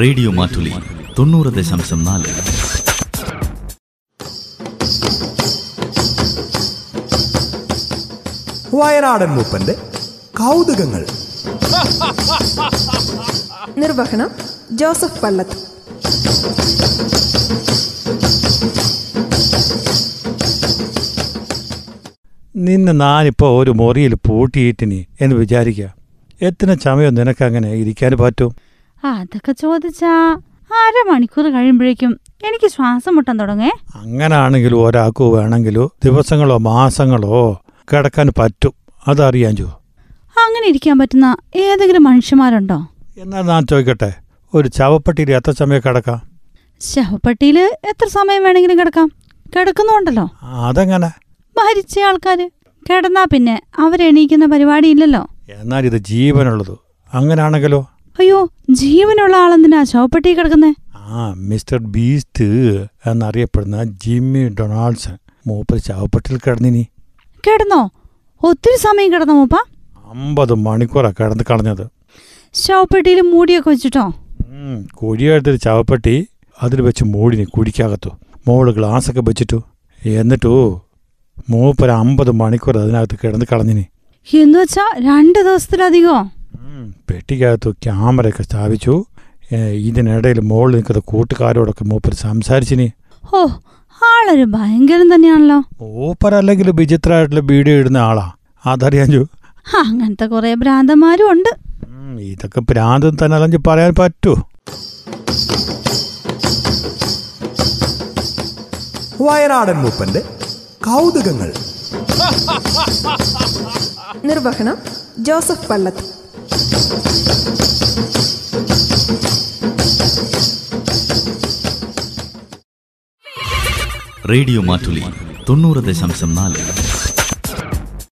radio Mattoli തൊണ്ണൂറ് ദശാംശം നാല് വയനാടൻ മൂപ്പന്റെ കൗതുകങ്ങൾ നിർവഹണം ജോസഫ് പള്ളത്ത് നിന്നെ ഞാനിപ്പോൾ ഒരു മുറിയിൽ പൂട്ടിയിട്ടിനി എന്ന് വിചാരിക്കുക എത്ര സമയം നിനക്കങ്ങനെ ഇരിക്കാൻ പറ്റും ആ, അതൊക്കെ ചോദിച്ചാ അരമണിക്കൂർ കഴിയുമ്പോഴേക്കും എനിക്ക് ശ്വാസം മുട്ടാൻ തുടങ്ങേ അങ്ങനാണെങ്കിൽ ഒരാൾക്ക് വേണമെങ്കിലോ ദിവസങ്ങളോ മാസങ്ങളോ കിടക്കാൻ പറ്റും അതറിയാൻ ചോ അങ്ങനെ ഇരിക്കാൻ പറ്റുന്ന ഏതെങ്കിലും മനുഷ്യന്മാരുണ്ടോ എന്നാൽ ഞാൻ ചോദിക്കട്ടെ ഒരു ചവപ്പെട്ടിയിൽ എത്ര സമയം കിടക്കാം ശവപ്പെട്ടിയിൽ എത്ര സമയം വേണമെങ്കിലും കിടക്കാം കിടക്കുന്നുണ്ടല്ലോ അതെങ്ങനെ മരിച്ച ആൾക്കാര് കിടന്നാ പിന്നെ അവരെണീക്കുന്ന പരിപാടി ഇല്ലല്ലോ എന്നാൽ ഇത് ജീവനുള്ളത് അങ്ങനാണെങ്കിലോ അയ്യോ ജീവനുള്ള ആളെന്തിനാ ശവപ്പെട്ടി കിടക്കുന്നേ ആ മിസ്റ്റർ ബീസ്റ്റ് എന്നറിയപ്പെടുന്ന ജിമ്മി ഡൊണാൾഡ്സൺ മൂപ്പർ ചവപ്പെട്ടിയിൽ കിടന്നിനി കിടന്നോ ഒത്തിരി സമയം കിടന്നോ മൂപ്പ അമ്പത് മണിക്കൂറാണ് കിടന്ന് കളഞ്ഞത് ശവപ്പെട്ടിയിൽ മൂടിയൊക്കെ വെച്ചിട്ടോ ഉം, കുഴിയെടുത്തൊരു ചവപ്പെട്ടി അതിൽ വെച്ച് മൂടിന് കുഴിക്കകത്തു മോള് ഗ്ലാസ്സൊക്കെ വെച്ചിട്ടു എന്നിട്ടു മൂപ്പര അമ്പത് മണിക്കൂർ അതിനകത്ത് കിടന്ന് കളഞ്ഞിന് എന്ന് വെച്ചാ രണ്ട് ദിവസത്തിലധികോ ഉം, പെട്ടിക്കകത്തു ക്യാമറയൊക്കെ സ്ഥാപിച്ചു ഏ, ഇതിനിടയിൽ മോള് നിൽക്കുന്ന കൂട്ടുകാരോടൊക്കെ മൂപ്പർ സംസാരിച്ചിന് ഓ ആളൊരു ഭയങ്കരം തന്നെയാണല്ലോ മൂപ്പരല്ലെങ്കിൽ വിചിത്രമായിട്ടുള്ള വീഡിയോ ഇടുന്ന ആളാ അതറിയാൻ ചോ ഹാ, അങ്ങനത്തെ കുറെ ഭ്രാന്തന്മാരും ഉണ്ട് ഉം, ഇതൊക്കെ പ്രാന്തം തന്നെ അല്ലെങ്കിൽ പറയാൻ പറ്റൂ വയനാടൻ മൂപ്പന്റെ കൗതുകങ്ങൾ നിർവഹണം ജോസഫ് പള്ളത്ത് റേഡിയോ മാറ്റുലി തൊണ്ണൂറ് ദശാംശം നാല്